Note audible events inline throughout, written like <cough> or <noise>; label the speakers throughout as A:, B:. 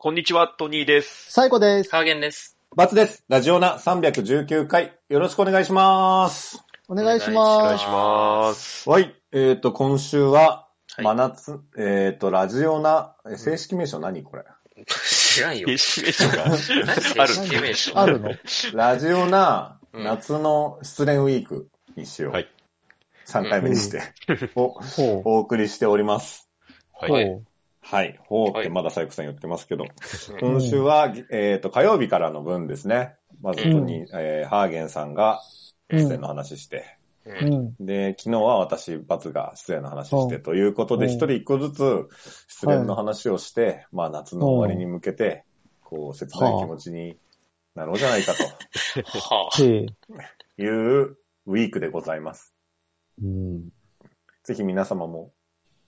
A: こんにちは、トニーです。
B: 最後です。
C: ハーゲンです。
D: バツです。ラジオナ319回、よろしくお願いします。
B: お願いし
C: お
A: お
B: ま
A: 願
C: 願
A: い
C: い
A: し
C: し
A: ま。
C: ます
D: はい。えっ、と、今週は、
C: はい
D: 真夏、えっ、と、ラジオナ、え正式名称何これ
C: 知らんよ。
A: え、指名書が
C: 何
A: あ
C: 正
A: る。
C: 式名称
B: あるの
D: ラジオナ、
C: うん
D: 夏の失恋ウィークにしよう。
A: はい
D: 3回目にして、を
B: す。ほう。
D: お送りしております。
B: ほ
A: はい。
B: う。
D: はい。ほうっ
C: は
D: て
C: い
D: まだサイクさん言ってますけど、
C: うん
D: 今週は、えっ、と、火曜日からの分ですね。まず、
C: うん
D: 本当に、えーハーゲンさんが
B: うん
D: 出演の話して、
C: うん
B: うん。
D: で、昨日は私、バツが失恋の話し
B: う
D: て、
B: ん
D: ということで、
B: うん
D: 一人一個ずつ失恋の話をして、まあ夏の終わりに向けて、こう、切ない気持ちになろうじゃないか
C: はあ。
B: へえ。
D: というウィークでございます。
B: うん。
D: ぜひ皆様も、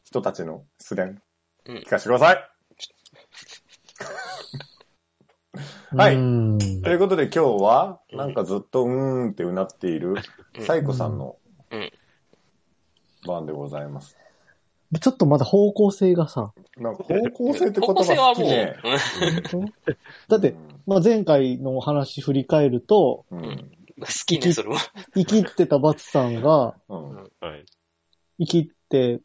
D: 人たちの失恋、
C: うん
D: 聞かせてください、はい
B: うん。
D: ということで今日は、
C: うん
D: なんかずっとうーんってうなっている、
C: うん
D: サイコさんの
C: うん、
D: 番でございます。
B: ちょっとまだ方向性がさ。
D: なんか方向性って言葉好きね。
C: 高校生はも
B: だって、まあ、前回のお話振り返ると、
D: うん、うん。
C: う、好きね、それは。
B: 生きってたバツさんが、
D: うん。
A: はい。
B: 生きって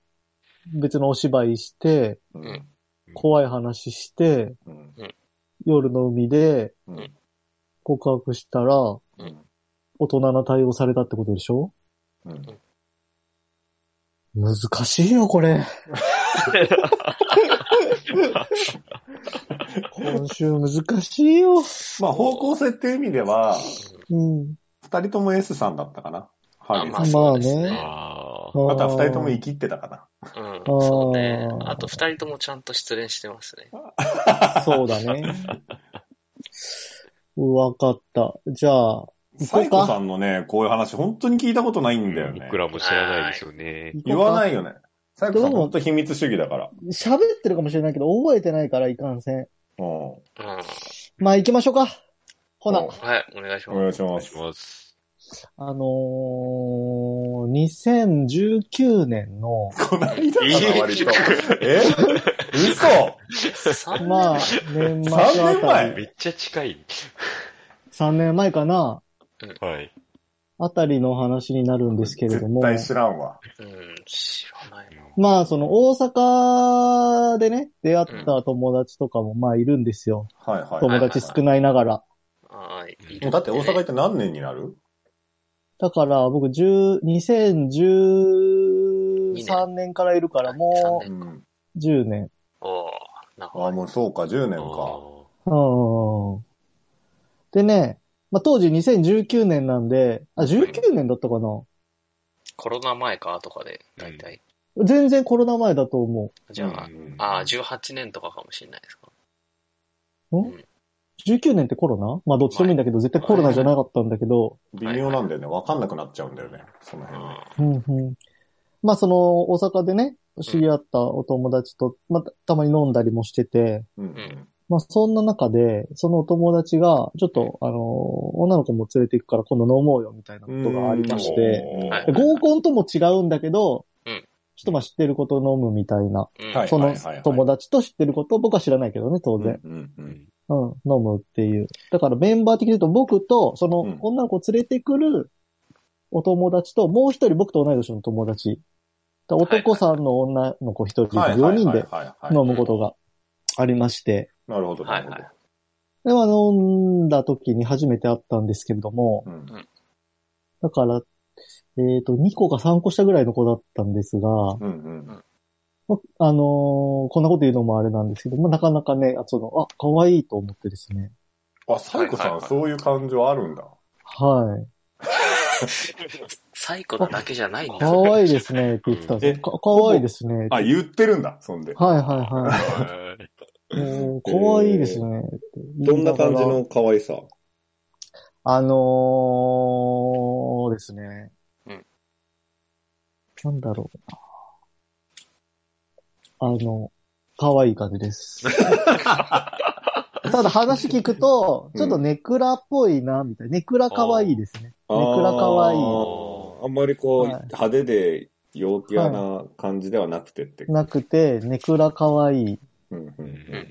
B: 別のお芝居して、
D: うん。
B: 怖い話して、
D: うん。
B: 夜の海で
D: うん
B: 告白したら、
D: うん。
B: 大人な対応されたってことでしょ
D: うん
B: 難しいよ、これ。今週難しいよ。
D: まあ方向性っていう意味では、
B: うん。
D: 二人とも S さんだったかな。ハーゲン
C: まあ
D: さん。
C: そうです
B: ま
C: ね。
A: あ
B: あ
A: ー
B: ー
D: あとは二人とも生きってたか
C: うん、そうね
B: あ。ー
C: あと二人ともちゃんと失恋してますね。
B: そうだね。わかった。じゃあ、
D: な。
B: 行
D: サ
B: こ
D: イ
B: う
D: コさ
B: か。。
D: んのね、こういう話本当に聞いたことないんだよね
A: 僕。らも知らないですよね。
D: 言わないいよね。サイコさん
B: どう
D: 本当秘密主義だから。
B: 喋ってるかもしれないけど、覚えてないからいかんせん。
D: うん。お
C: うん。
B: まあ行きましょうか。ほな
D: うん、
C: はい、お願いしま
D: 願いし
A: お
D: ま
A: 願いし
D: す。
A: ます。
B: あのー、2019年
D: <laughs>
B: の、
D: こないだかな、割と。え
C: す。三年
B: まあ、年末
D: 3
B: あ
D: 年
B: た
D: 前
B: り、
A: めっちゃ近い。
B: 3年前かな、
A: はい。
B: あたりの話になるんですけ
D: 嘘
B: れども
D: 絶、対知らんわ。
C: うん、知らないな。
B: まあ、その、大阪でね、出会った友達とかも、まあ、いるんですよ。
D: はいはい。
B: 友達少ないながら。
C: あーい
D: もうだって大阪行って何年になる
B: だから、僕、10 2013年からいるから、も
C: う
D: うんん。
B: う10年。
C: おーなるほ
D: あ、もうそうか、10年
A: あ
D: か。
A: ー
B: うん。でね、まあ、当時2019年なんで、あ、19年だったかな
C: コロナ前か、とかで、だいたい。
B: 全然コロナ前だと思
C: じゃあ、
D: うん
C: ああ、18年とかかもしれないですか。
B: う。19年ってコロナまあ、どっちでもいいんだけど、絶対コロナじゃなかったんだけど、
D: 微妙なんだよね。わかんなくなっちゃうんだよね。その
C: う
D: 辺ね
C: ん。
B: うんうん。まあ、その、大阪でね、知り合ったお友達と、まあ、たまに飲んだりもしてて、
D: うん。
B: まあ、そんな中で、そのお友達が、ちょっと、あの、女の子も連れて行くから今度飲もうよ、みたいなことがありまして、
D: うん
C: はい
B: で合コンとも違うんだけど、
C: うん
B: ちょっとまあ知ってること飲むみたいな、
C: うん
D: はい
B: そ
D: は
B: の
D: いはいはい
B: 友達と知ってること、僕は知らないけどね、当然。
D: うん
A: う
D: う
A: んん
B: うん、飲むっていう。だからメンバー的に言うと、僕と、その
D: うん
B: 女の子を連れてくるお友達と、もう一人僕と同い年の友達。だから男さんの女の子一人、
D: はい
B: 4人で
D: はいはいはい
B: 飲むことがありまして、
D: なるほど。
C: はい
D: な
C: は
D: る
C: い。
B: で、まあ、飲んだ時に初めて会ったんですけれども
D: ほ、ど
B: だから、えっ、と、2個か3個下ぐらいの子だったんですが、
D: うん。うん
B: まあのーこんなこと言うのもあれなんですけど、まあ、なかなかね、あその、あ、可愛いと思ってですね。
D: うん。あ、サイコ
C: はいはい
D: さん、
C: はい
D: そういう感情あるんだ。
B: はい。
C: サイコだけじゃないんだ。
B: 可愛いですねって言ってたんですよ。か可愛いですねって。
D: あ、言ってるんだ、そんで。
B: はいは
A: はい
B: いはい。もう、可愛いですねって言いがら
D: 可愛さ
B: あのーですね。
C: うん
B: なんだろうな。あの、可愛い感じ <laughs> です。ただ話聞くと、ちょっとネクラっぽいな、みたいな。ネクラ可愛いですね。ネクラ可愛い
D: あーあんまりこう、
B: はい
D: 派手で陽気な感じではなくてって。
B: なくて、ネクラ可愛い。
D: うんう
A: うんん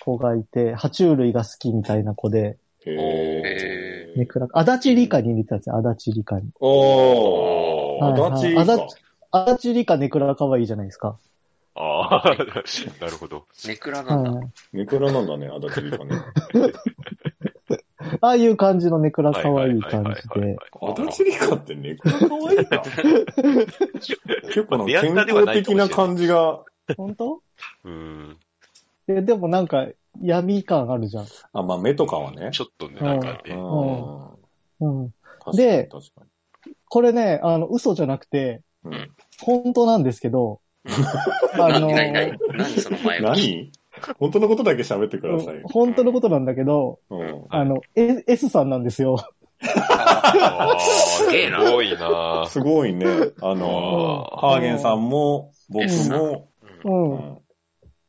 B: 子がいて、爬虫類が好きみたいな子で、
D: へ
B: ネ
D: ー。
B: クラ、足立理科に入れてたんですよ、足立理科に。
D: お
B: はい
D: ー、
B: はい
D: 足立か。
B: 足立足立理科ネクラ可愛いじゃないですか。
A: ああ、なるほど。
C: ネクラなんだ。
B: はい。
D: ネクラなんだね、足立かね。
B: ああいう感じのネクラ可愛い
A: はは
B: 感
A: は
B: じで。
A: は
D: 足立かっ
B: <laughs>
D: てネクラ可愛いか。結構なんか健康的な感じが、
B: 本当
A: うん。
B: え、でもなんか、闇感あるじゃん。
D: あ、まあ目とかはね
A: ち。ょっとね、なんか
D: う
A: ね。
D: ん
B: うん。
D: 確かに
B: で
D: 確か
B: これね、あの、嘘じゃなくて、
D: にうん
B: 本当なんですけど、
C: な
B: あの、
C: 何、何、何その前は。
D: 何本当のことだけ喋ってくださいよ。
B: 本当のことなんだけど、
D: うん
B: あの、え S さんなんですよ。
A: ああ、す
C: すげえな
A: ごい
D: <laughs>
A: な。
D: すごいね。あの、
A: あ
D: ハーゲンさんも、僕
C: S さ
D: も、
C: うん
B: う。
D: うんん。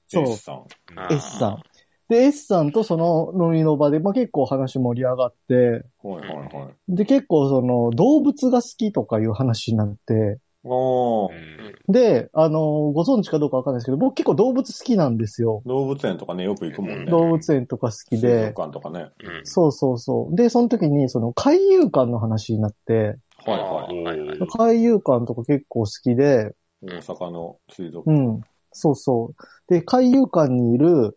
B: そう
D: S さん。
A: あ
C: うん
B: S さん。で、S さんとその飲みの場で、まあ、結構話盛り上がって、
D: はいはいはい。
B: で、結構その動物が好きとかいう話になって、
D: お
A: う
D: ー
A: ん
B: で、あの、ご存知かどうかわかんないですけど、僕結構動物好きなんですよ。
D: 動物園とかね、よく行くもんね。
B: 動物園とか好き
D: 水
B: で
D: 族。館とかね。
C: うん
B: そうそうそう。で、その時に、その海遊館の話になって、
D: はいはい。
C: はいはい
A: おー
B: 海遊館とか結構好きで、
D: 大阪の水族
B: う
D: 館。
B: ん。そうそう。で、海遊館にいる、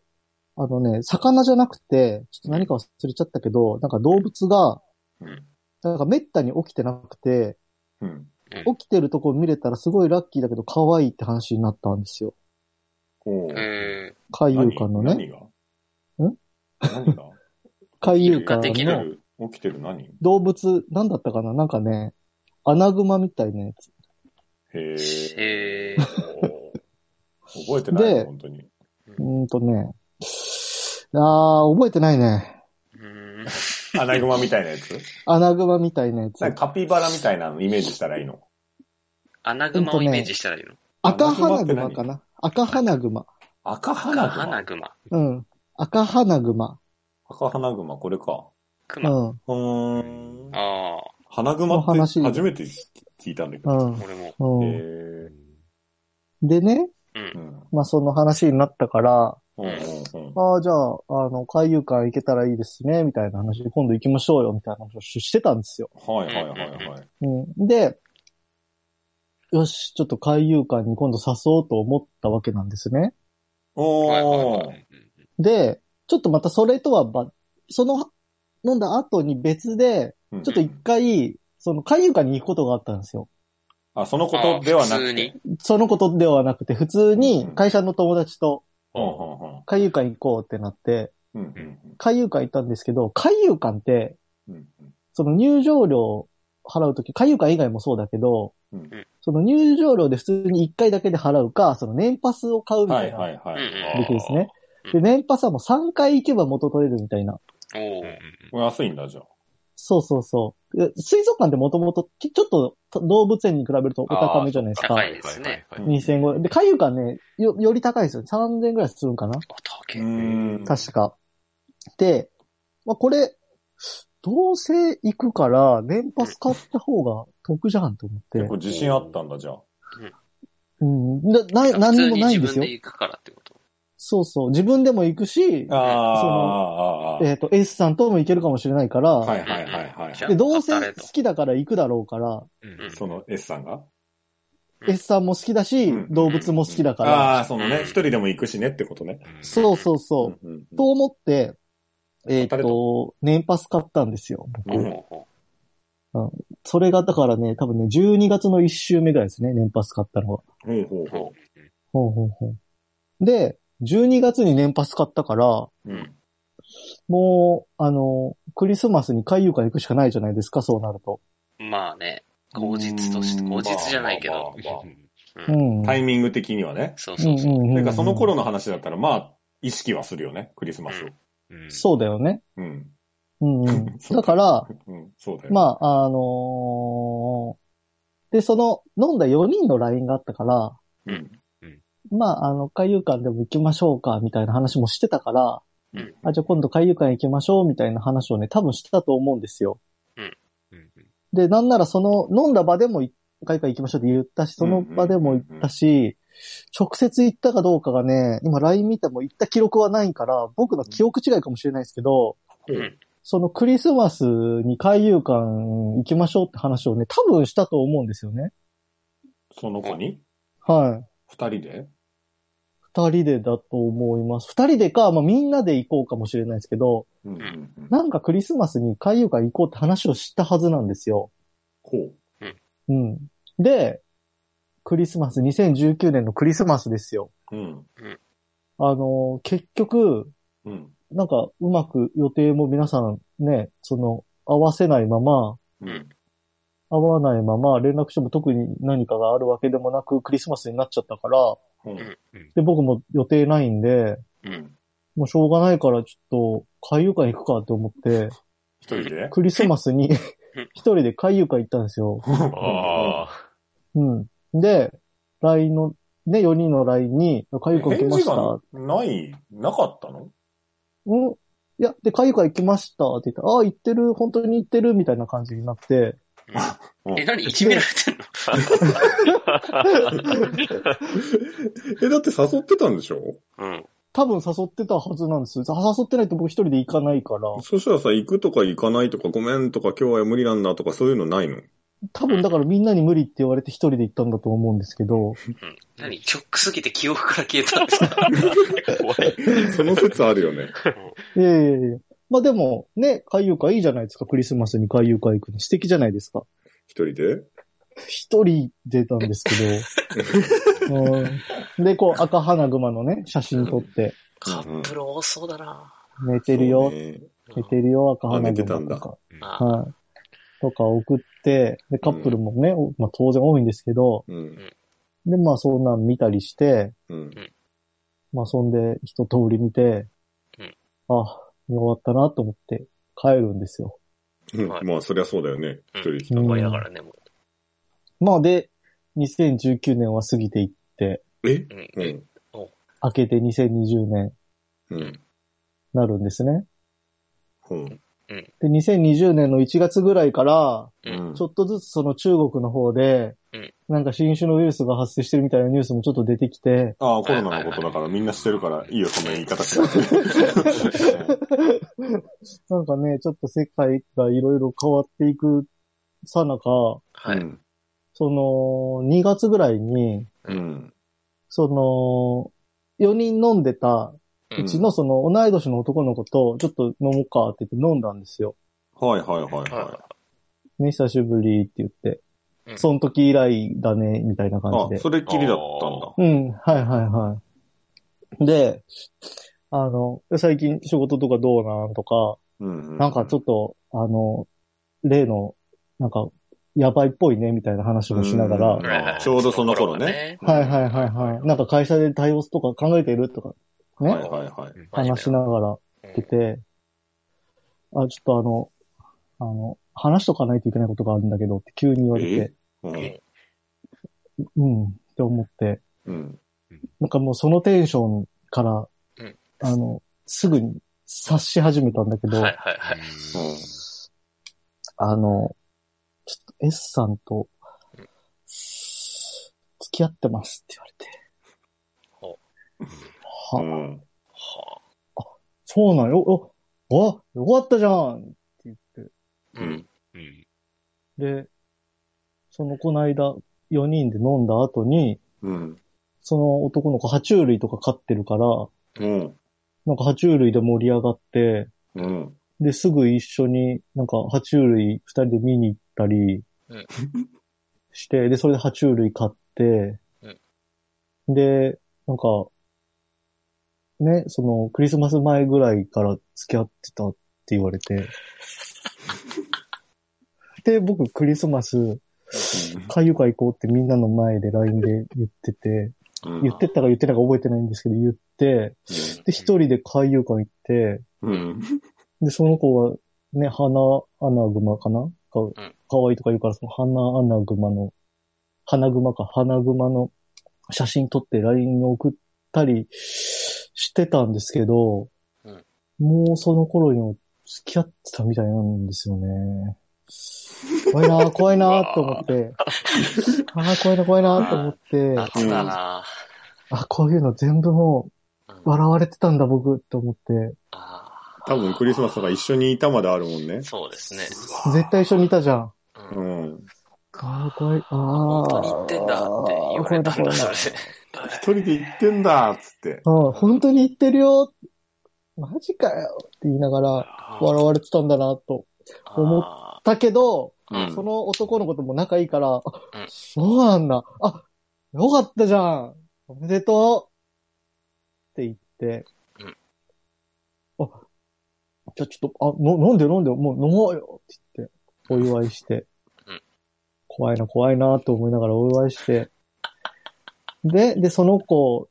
B: あのね、魚じゃなくて、ちょっと何か忘れちゃったけど、なんか動物が、
D: うん
B: なんか滅多に起きてなくて、
D: うん。
B: 起きてるとこ見れたらすごいラッキーだけど可愛いって話になったんですよ。
D: お
C: う
D: ー
C: ん。
B: 海遊
D: 何
B: 館のね。
D: 何が
C: <laughs>
D: 何が
B: 海遊
C: が
B: 館
C: でき
D: 起きて
B: の
D: る起きてる何
B: 動物、なんだったかななんかね、アナグマみたいなやつ。
D: へえ。
C: へー。
D: 覚えてない
B: で
D: の本当に。
B: うーんとね。あー、覚えてないね。
C: うん
D: アナグマみたいな
B: <laughs>
D: やつ
B: アナグマみたいなやつ
D: なん。かカピバラみたいなのイメージしたらいいの
C: アナグマをイメージしたらいいの
B: 赤花
D: アナ
B: グ
D: グマ
B: マ
D: って何
B: かな赤花グマ。
D: 赤
C: ア
D: 花グ
C: ナ
D: マ。
C: グマ。
B: うん。赤花グマ。
D: 赤花グマ、これか。
C: ク
B: う
C: マ。あ
B: ん。
D: うーん。
C: あ
D: 花グマ
B: の
D: っ
B: 話
D: て初めて聞いたんだ
B: う
D: けど。
C: ー、
B: ん。
C: 俺も。
B: う
D: へ
B: ん。
D: え。
B: でね、
C: うん
D: う。ん。
B: まあその話になったから、
D: うんうんうん。
B: ああ、じゃあ、あの、海遊館行けたらいいですね、みたいな話で、今度行きましょうよ、みたいな話をしてたんですよ。
D: はいはいはいはい。
B: うん。で、よし、ちょっと海遊館に今度誘おうと思ったわけなんですね。
C: はい
D: お
C: は
D: ー。
B: で、ちょっとまたそれとはば、その、飲んだ後に別で、
D: うん
B: ちょっと一回、その海遊館に行くことがあったんですよ。
D: あ、そのことではな
C: あー普通
D: く
C: に
D: て。。
B: そのことではなくて、普通に会社の友達と
D: う
A: うんん
B: 海遊館行こうってなって、
D: うんうんうん
B: 海遊館行ったんですけど、海遊館って、
D: うんうんうん
B: その入場料払うとき、海遊館以外もそうだけど、
D: うん
B: その入場料で普通に1回だけで払うか、その年パスを買うみ
D: は
B: た
D: い
B: い
D: は
B: ない
D: は
C: う
D: い。
A: あー
C: ん
B: できですね。
C: う
B: で、
C: ん
B: 年パスはもう3回行けば元取れるみたいな。
C: うん。お
A: う
C: お
A: ん。
D: これ安いんだじゃあ。
B: そうそうそう。で水族館ってもともと、ちょっとと動物園に比べるとお高めじゃないですか
C: あ。ー高いですね
A: はいはいはい
D: うん
B: 2500円。で、海遊館ね、よ、より高いですよ。3000円ぐらいするんかな
C: あ、
D: う
C: 竹。
D: ーん。
B: 確か。で、まあ、これ、どうせ行くから、年パス買った方が得じゃんと思って
D: 結。構自信あったんだじゃあ。
B: うん。な、な、
C: 普
B: 何に
C: 通
B: も
C: に
B: ない
C: 自
B: んです
C: 分
B: よ
C: で。行くからってこと。
B: そうそう。自分でも行くし、
D: ああ、あーあー、
B: えっ、と、S さんとも行けるかもしれないから、
D: はいはいはいはい
C: じゃあ
B: で、どうせ
C: 誰
B: 好
C: と
B: きだから行くだろうから、
A: うん
D: その S さんが
C: うん
B: S さんも好きだし、
D: うん
B: 動物も好きだから、
D: ああ、そのね、一人でも行くしねってことね。
A: うん
B: そうそうそう。
D: うんうんうん
B: と思って、えっ、
D: 誰
B: と、年パス買ったんですよ。
C: ほうほうほ
B: それが、だからね、多分ね、12月の1週目ぐらいですね、年パス買ったのは。
D: ほうほう
C: うほ
B: ほ
D: ほ
B: うほうほう。で、12月に年パス買ったから、
D: う。うん。
B: もう、あの、クリスマスに海遊館行くしかないじゃないですか、そうなると。
C: う。まあね、口実として、
D: うん
C: 口実じゃないけど。
D: まあまあまあ
B: う
C: う
B: ん。
C: ん
D: タイミング的にはね。
C: そうそうそう。
B: ん
D: なんかその頃の話だったら、まあ、意識はするよね、クリスマスを。
A: うん
B: そうだよね。
D: うん。
B: うんうん。
D: <laughs>
B: だから、
D: うん、そうだよ。
B: まあ、あのーで、その、飲んだ4人の LINE があったから、
D: うん。
B: まあ、あの、海遊館でも行きましょうか、みたいな話もしてたから、
D: うん
B: あ、じゃあ今度海遊館行きましょう、みたいな話をね、多分してたと思うんですよ。
A: うんうん
B: で、なんならその、飲んだ場でも一回か行きましょうって言ったし、その場でも行ったし、直接行ったかどうかがね、今 LINE 見ても行った記録はないから、僕の記憶違いかもしれないですけど、
C: うん。
B: そのクリスマスに海遊館行きましょうって話をね、多分したと思うんですよね。
D: その子に
B: はい。
D: 二人で
B: 二人でだと思います。二人でか、まあみんなで行こうかもしれないですけど、
D: うんうんうん
B: なんかクリスマスに海遊館行こうって話をしたはずなんですよ。
D: こ
B: うん。で、クリスマス、2019年のクリスマスですよ。
D: う。うん。
B: あの、結局、
D: うん。
B: なんかうまく予定も皆さんね、その、合わせないまま、
C: うん。
B: 合わないまま連絡しても特に何かがあるわけでもなくクリスマスになっちゃったから、
D: うん。
B: で、僕も予定ないんで、
D: うん。
B: もうしょうがないからちょっと海遊館行くかって思っ
D: <laughs>
B: て、
D: 一人で
B: クリスマス
D: <laughs>
B: に一人で海遊館行ったんですよ。
A: ああ。
B: うん。で、LINE の、ね、4人の LINE に、海遊館行き
D: 返
B: まし
D: 事
B: た。
D: がない、なかったの
B: うん。いや、で、海遊館行きましたって言ったら、ああ、行ってる、本当に行ってる、みたいな感じになって、
D: <laughs>
C: え、何いじめられてんの
D: え、だって誘ってたんでしょ
C: うん。
B: 多分誘ってたはずなんですよ。誘ってないと僕一人で行かないから、
D: そしたらさ、行くとか行かないとか、ごめんとか、今日は無理なんだとか、そういうのない <laughs> の
B: 多分だからみんなに無理って言われて一人で行ったんだと思うんですけ
D: <laughs>
B: ど、
C: うん何ショックすぎて記憶から消えたんですか
A: 怖い。
D: その説あるよね。
B: いやいやいやまあでも、ね、海遊館いいじゃないですか、クリスマスに海遊館行くの。素敵じゃないですか。
D: 一人で
B: 一人でたんですけ
D: <laughs>
B: ど。うんで、こう、赤花熊のね、写真撮って、
C: カップル多そうだな。
B: 寝てるよ、寝てるよ、赤花
D: あ寝てた
B: 熊
D: ん
B: と
D: だ
B: か。
C: あー
B: はい。とか送って、で、カップルもね、おまあ当然多いんですけど、
D: うん。
B: で、まあそんなん見たりして、
D: うん。
B: まあそんで一通り見て、
C: うん
B: あ、見終わったなと思って帰るんですよ。
D: うん
C: はい
D: まあ、そりゃそうだよね。
C: うん
D: 一人で来
C: 終わりだからね、も
B: まあで、2019年は過ぎていって、
D: え
C: う。うん
D: う
C: え
D: ん。
B: 明けて2020年
D: うん。
B: なるんですね。
D: うん。
B: で、2020年の1月ぐらいから、
D: うん
B: ちょっとずつその中国の方で
C: うん、
B: なんか新種のウイルスが発生してるみたいなニュースもちょっと出てきて、
D: ああ、コロナのことだからみんなしてるから、いいよ、その言い方しなくて
B: なんかね、ちょっと世界がいろいろ変わっていくさなか、
C: は
D: う
C: い。
D: ん
B: その、2月ぐらいに、
D: うん。
B: その、4人飲んでた、うちのその、同い年の男の子と、ちょっと飲もうかって言って飲んだんですよ。
D: はいはいはい
C: は
D: はいい。
B: ね、久しぶりって言って
C: う。ん
B: その時以来だね、みたいな感じ
D: あ、
B: で。
D: それっきりだったんだ。
B: うん、はいはいはい。で、あの、最近仕事とかどうなんとか、
D: うん
B: なんかちょ
D: っ
B: っと、あの、例の、なんか、やばいっぽいね、みたいな話もしながら、
D: うん
B: は
C: はいはい
D: ちょうどその頃ね。
B: いはいはいはい。なんか会社で対応とか考えてるとか、ね、
D: はいはいはい。
B: 話しながら来てて、あ、ちょっとあの、あの、話しとかないといけないことがあるんだけどって急に言われて、
D: うん
B: うん、って思って、
D: うん。
B: なんかもうそのテンションから、
C: うん
B: あの、すぐに察し始めたんだけど、
C: はいはいはい。
B: あの、ちょっと S さんと、付き合ってますって言われて。
D: う
B: は、
D: ん。
C: は
B: そうなんよ、お、あ、よかったじゃんって言って。
C: あうん。
A: うん。
B: で、そのこの間、4人で飲んだ後に、
D: うん。
B: その男の子、爬虫類とか飼ってるから、
D: うん。
B: なんか爬虫類で盛り上がって、
D: うん。
B: で、すぐ一緒になんか爬虫類二人で見に行ったり
C: うん
B: して、で、それで爬虫類買って、で、なんか、ね、その、クリスマス前ぐらいから付き合ってたって言われて。で、僕、クリスマス、海遊会行こうってみんなの前で LINE で言ってて、
D: うん
B: 言ってたか言ってないか覚えてないんですけど、言って、で、一人で海遊館行って、
D: うん。
B: で、その子が、ね、花、アナグマかなか、
C: ん
B: かわいいとか言うから、その花、アナグマの、花グマか、花グマの写真撮って LINE に送ったりしてたんですけど、
C: うん
B: もうその頃にも付き合ってたみたいなんですよね。怖いな
C: <laughs>
B: ぁ、怖いなぁと思って。ああ、怖いな、怖いなぁと思って。
C: 夏だな
B: あ、こういうの全部も
C: うん
B: う、笑われてたんだ僕って思って、
C: あー
D: 多分クリスマスとか一緒にいたまであるもんね。
C: そうですね。
B: 絶対一緒にいたじゃん。
C: う。
D: うんん。
B: ああ、怖い。ああ。
C: 本当に言ってんだって言われたんだ、それで。
D: 一人で行ってんだっつって。
B: うん、本当に言ってるよ。マジかよって言いながら、笑われてたんだなと。思
C: っ
B: だけど、
C: うん
B: その男の子とも仲いいから、あ
C: うん
B: そうなんだ。あ、よかったじゃん。おめでとう。って言って。
C: うん
B: あ、じゃあちょっと、あ、の飲んで飲んで、もう飲もうよ。って言って、お祝いして。
C: うん
B: 怖いな、怖いな、と思いながらお祝いして。で、で、その子、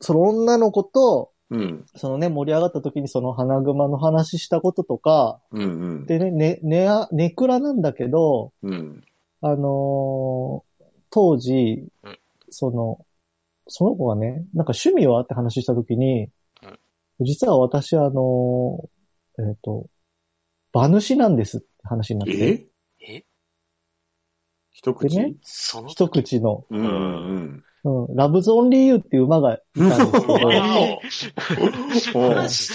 B: その女の子と、
D: うん。
B: そのね、盛り上がった時にその花熊の話したこととか、
D: うんうん。
B: でね、ね、ねあ、ネクラなんだけど、
D: うん。
B: あのー当時
C: うん、
B: その、その子がね、なんか趣味はって話したときに、実は私あのーえっ、と、馬主なんですって話になって、
D: え
C: え
D: 一口、
B: でね
C: その
B: 一口の、
D: うんうん
B: うん、ラブズオンリーユーっていう馬がいたんです
A: <laughs>
B: けど、
D: う
B: ラ
D: わ
C: お
D: うん。おう
C: マジで。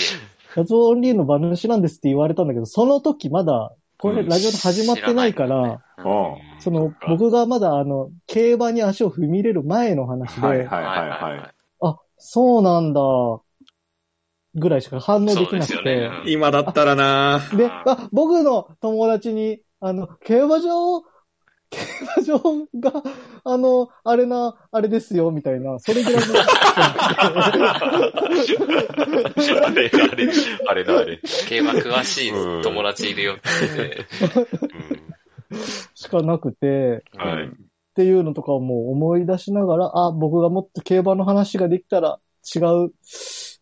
B: ブズオンリーユーの馬主なんですって言われたんだけど、その時まだ、これ
D: うん
B: ラジオで始まってないから、
C: うん
D: おう
B: その、僕がまだあの、競馬に足を踏み入れる前の話で、
D: はいはい
C: は
D: はいは
B: あ、そうなんだ、ぐらいしか反応できなく
C: そ
B: て。
C: うです
B: で
C: よね
D: い。今だったらなぁ
B: あ、僕の友達に、あの、競馬場、競馬場が、あの、あれな、あれですよ、みたいな、それぐらいの。
A: あれ、あれ、あれだ、あれ。
C: 競馬詳しい友達いるよって言ってて。
A: う
B: しかなくて、
A: ん。はい。
B: っていうのとかをもう思い出しながら、あ、僕がもっと競馬の話ができたら違う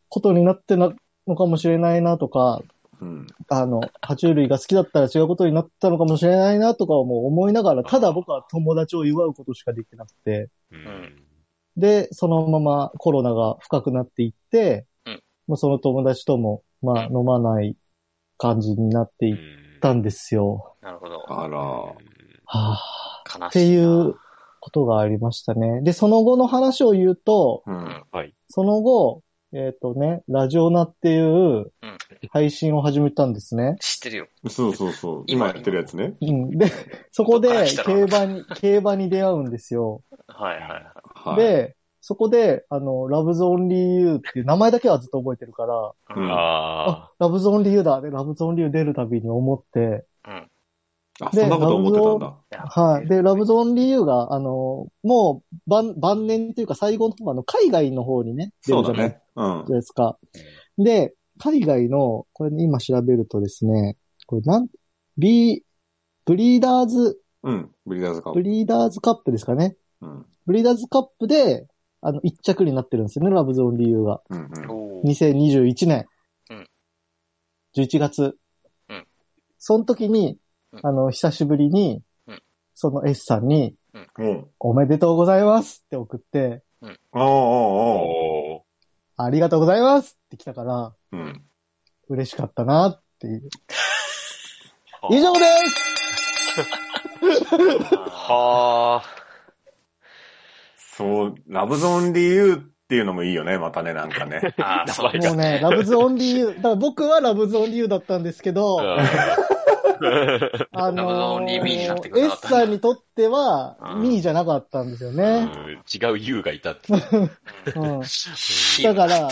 B: ことになってな、のかもしれないなとか、
D: うん。
B: あの、爬虫類が好きだったら違うことになったのかもしれないなとかも思いながら、ただ僕は友達を祝うことしかできなくて、
A: うん。
B: で、そのままコロナが深くなっていって、
C: うん
B: もうその友達とも、まあ、
C: う
B: 飲まない感じになっていったんですよ。
C: なるほど。
D: あらぁ
B: はあ、
C: 悲しい。
B: っていう。ことがありましたね。で、その後の話を言うと、
D: うん。
B: その後、えっ、とね、ラジオナっていう
C: うん
B: 配信を始めたんですね。
C: 知ってるよ。
D: そうそうそう。今やってるやつね。
B: うん。で、 <laughs> そこ
C: どっから
B: で
C: 来た
B: 競
C: の
B: 馬に、競馬に出会うんですよ。
C: はいはいはい。
D: はい。
B: で、そこで、あの、ラブゾオンリーユーっていう名前だけはずっと覚えてるから、
D: うん
A: あ
B: あ、ラブゾオンリーユーだ。で、ラブゾオンリーユー出るたびに思って、
C: うん。
D: あ、
B: で
D: そんなこと思ってたんだ。
B: はい。で、ラブゾオンリーユーが、あの、もう晩、晩年というか最後の方、あの、海外の方にね、出る
D: そう
B: じ
D: だ
B: ゃない
D: ね。うん。
B: ですか。で、海外の、これ今調べるとですね、これなん、B、ブリーダーズ、
D: うん。ブリーダーズカッ
B: ブ
D: プ。
B: リーダーズカップですかね。
D: うん。
B: ブリーダーズカップで、あの、一着になってるんですよね、ラブゾーン理由が。
D: うんうん。
C: おー
B: 2021年。
C: うん
B: 11月。
C: うん
B: その時に
C: うん、
B: あの、久しぶりに、
C: うん
B: その S さんに、
D: うん。
B: おめでとうございますって送って、
D: ああ、ああ、
A: あ。
D: ああ。
A: おー。
B: ありがとうございますって来たから、
D: うん。
B: 嬉しかったなって
C: <laughs>
B: いう。
A: あ
B: 以上です
C: は
A: はあ。
D: そう、ラブゾーン理由っていうのもいいよね、またね、なんか
B: <laughs>
D: ね。
C: あー、そう
A: 名前が
B: もうね、ラブズオンリーユー、だから僕はラブズオンリーユーだったんですけど、あ
C: ラブズオンリーミーになってくれ
B: エ
C: なかっ
B: ス
C: たんだ
B: さんにとっては、
C: うん
B: ミーじゃなかったんですよね。
A: 違う優がいたって。
B: うん。
C: ヒ
B: だ
C: ーロ
B: か
C: ー
B: ら、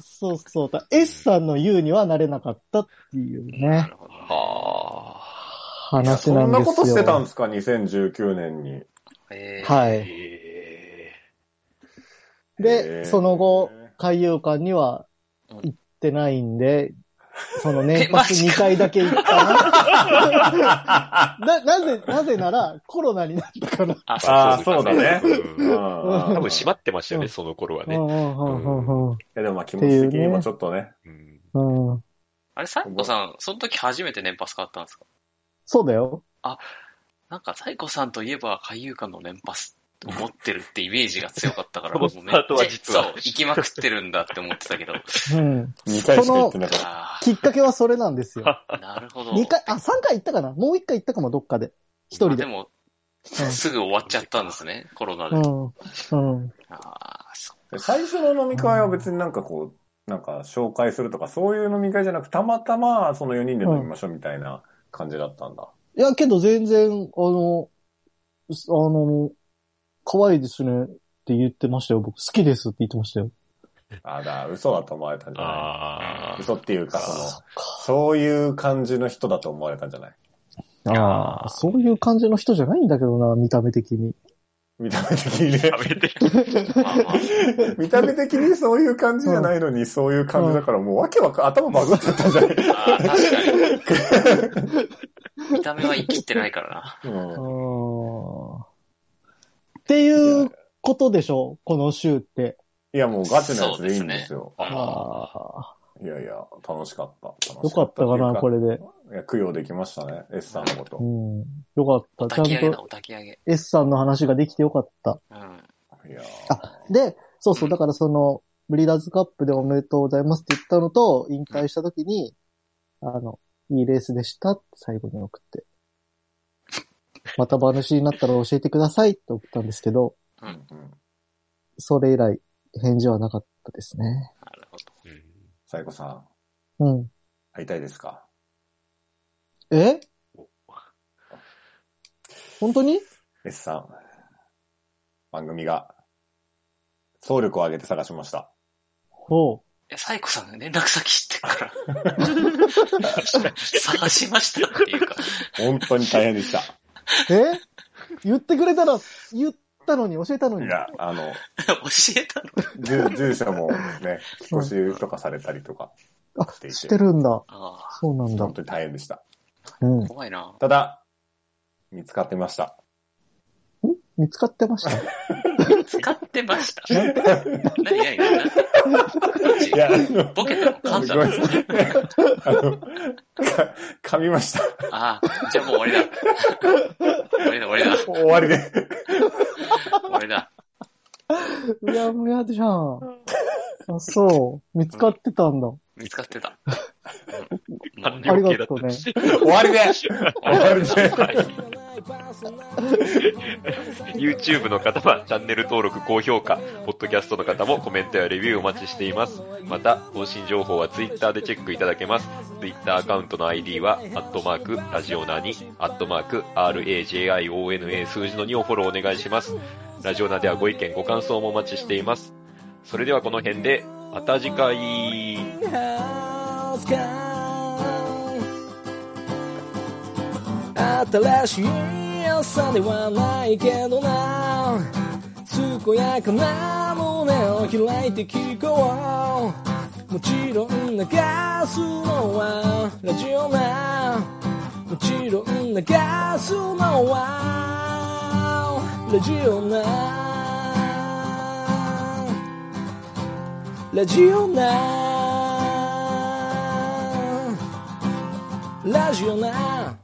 B: そうそう。だ S さんの U にはなれなかったっていう
C: な
B: ね、
C: るほどね。
A: はあ。
B: 話
D: そ
B: なんん
D: な
B: ですよ。
D: ことしてたんですか、2019年に。
C: えー
B: はい。
A: え
D: へー
B: で、その後、海遊館には行ってないんで、その年末2回だけ行
D: <laughs>
B: ったな。な、なぜ、なぜならコロナになったから。
C: あ、
D: あー
C: そう
D: <laughs> そうだね
A: うん
D: 多
A: 多分閉ま
D: ま
A: ってましたよ
B: うん
A: ね、その頃は
B: う
A: ね。
B: んうんうんうん
D: いやでもまあ気持ち的にもちょっとね。
A: うん
B: うん。うん。
C: あれ、サイコさん、その時初めて年パス買ったんですか
B: そうだよ。
C: なんか、サイコさんといえば、海遊館の年パスを持ってるってイメージが強かったから、
A: <laughs> その
C: う
A: スタートは実は
C: そう、行きまくってるんだって思って
A: <laughs>
C: たけど。
B: うん。
D: 2回しか行ってなかっ
C: あ
B: きっかけはそれなんですよ。
D: <laughs>
C: あ、なるほど。
B: 2回、あ、3回行ったかなもう1回行ったかも、どっかで。一人で。
C: まあでも、すぐ終わっちゃったんですね、コロナで。
B: うん。うん。
C: ああ、そ
D: で最初の飲み会は別になんかこう、なんか紹介するとかそういう飲み会じゃなく、たまたまその4人で飲みましょうみたいな感じだったんだ。
B: いや、けど全然、あの、すあの、可愛いですねって言ってましたよ。僕好きですって言ってましたよ。
D: あら、嘘だと思われたんじゃな
A: あ
D: い嘘っていうか、そ
B: そ
D: の、そういう感じの人だと思われたんじゃない
B: ああ、そういう感じの人じゃないんだけどな、見た目的に。
D: 見た目的にね
A: あ。。食べて。
B: <laughs>
C: まあまあ、
D: <laughs> 見た目的にそういう感じじゃないのに、そういう感じだから、もうわけわかん、頭バグっちゃったんじゃない
C: ああ、確かに。見た目は生きってないからな。
B: あ
D: うん
B: ーっていうことでしょこの週って。
D: いや、もうガチなやつでいいんですよ。
B: <laughs>
C: あ
B: あ
D: いやいや、楽しかった。
B: あ、よかったかな、こ
D: れ。
B: れで。
D: いや、供養できましたね、S さんのこと
B: う。ん。よか
C: お
B: った。
C: 焚
B: ち
C: き
B: ゃ
C: 上げ
B: ん
C: だ、
B: と
C: お焚き上げ。
B: S さんの話ができてよかった。
C: うん。
D: いや
B: で、そうそうう、
C: ん
B: だからその、ブリーダーズカップでおめでとうございますって言ったのと、引退した時に、あの、いいレースでしたって最後に送って。また馬主になったら教えてくださいって送ったんですけど、
C: うん。
D: ー、うん。
B: それ以来、返事はなかったですね。
C: なるほど。
D: サイコさん、
B: うん。
D: 会いたいですか
B: え本当に
D: ?S さん。番組が、総力を挙げて探しました。
B: ほ
C: え、サイコさん連絡先知ってるから。
D: <laughs>
C: 探しましたっていうか。
D: 本当に大変でした。
B: う。え言ってくれたら、言ったのに、教えたのに。
D: いや、あの、
C: 教えたの <laughs>
D: 住住所もね、引っ越しとかされたりとか
B: あ
D: し、ていて
B: してるんだ。
C: あ
B: そうなんだ
D: 本。当に大変でした。
B: うん
C: あ、。怖いな。
D: ただ、見つかって
C: <laughs>
D: ました。
B: 見つかってました。
C: 使ってま
D: <laughs>
C: した。何何何何
D: いや、あの、
C: ボケたの
D: ご
C: 噛ん
D: めん
C: だ
D: な
C: の
D: さい。あの、か噛みました。
C: ああ、じゃあもう終
D: <laughs>
C: わりだ。終わりだ、終わりだ、
D: 終わりで。
C: 終わりだ。
B: うやむやじゃん。あ、そう。見つかってたんだ。
C: 見つかってた。うんもう
B: ありがとうね
D: 終わりで終わりで
A: はい YouTube の方はチャンネル登録、高評価、ポッドキャストの方もコメントやレビューお待ちしています。また、更新情報は Twitter でチェックいただけます。Twitter アカウントの ID は、アットマーク、ラジオナに、アットマーク、RAJIONA 数字の2をフォローお願いします。ラジオナではご意見、ご感想もお待ちしています。それではこの辺で、また次回。
E: 新しい朝ではないけどな健やかな胸を開いて聞こうもちろん流すのはラジオなもちろん流すのはラジオなラジオなラジオな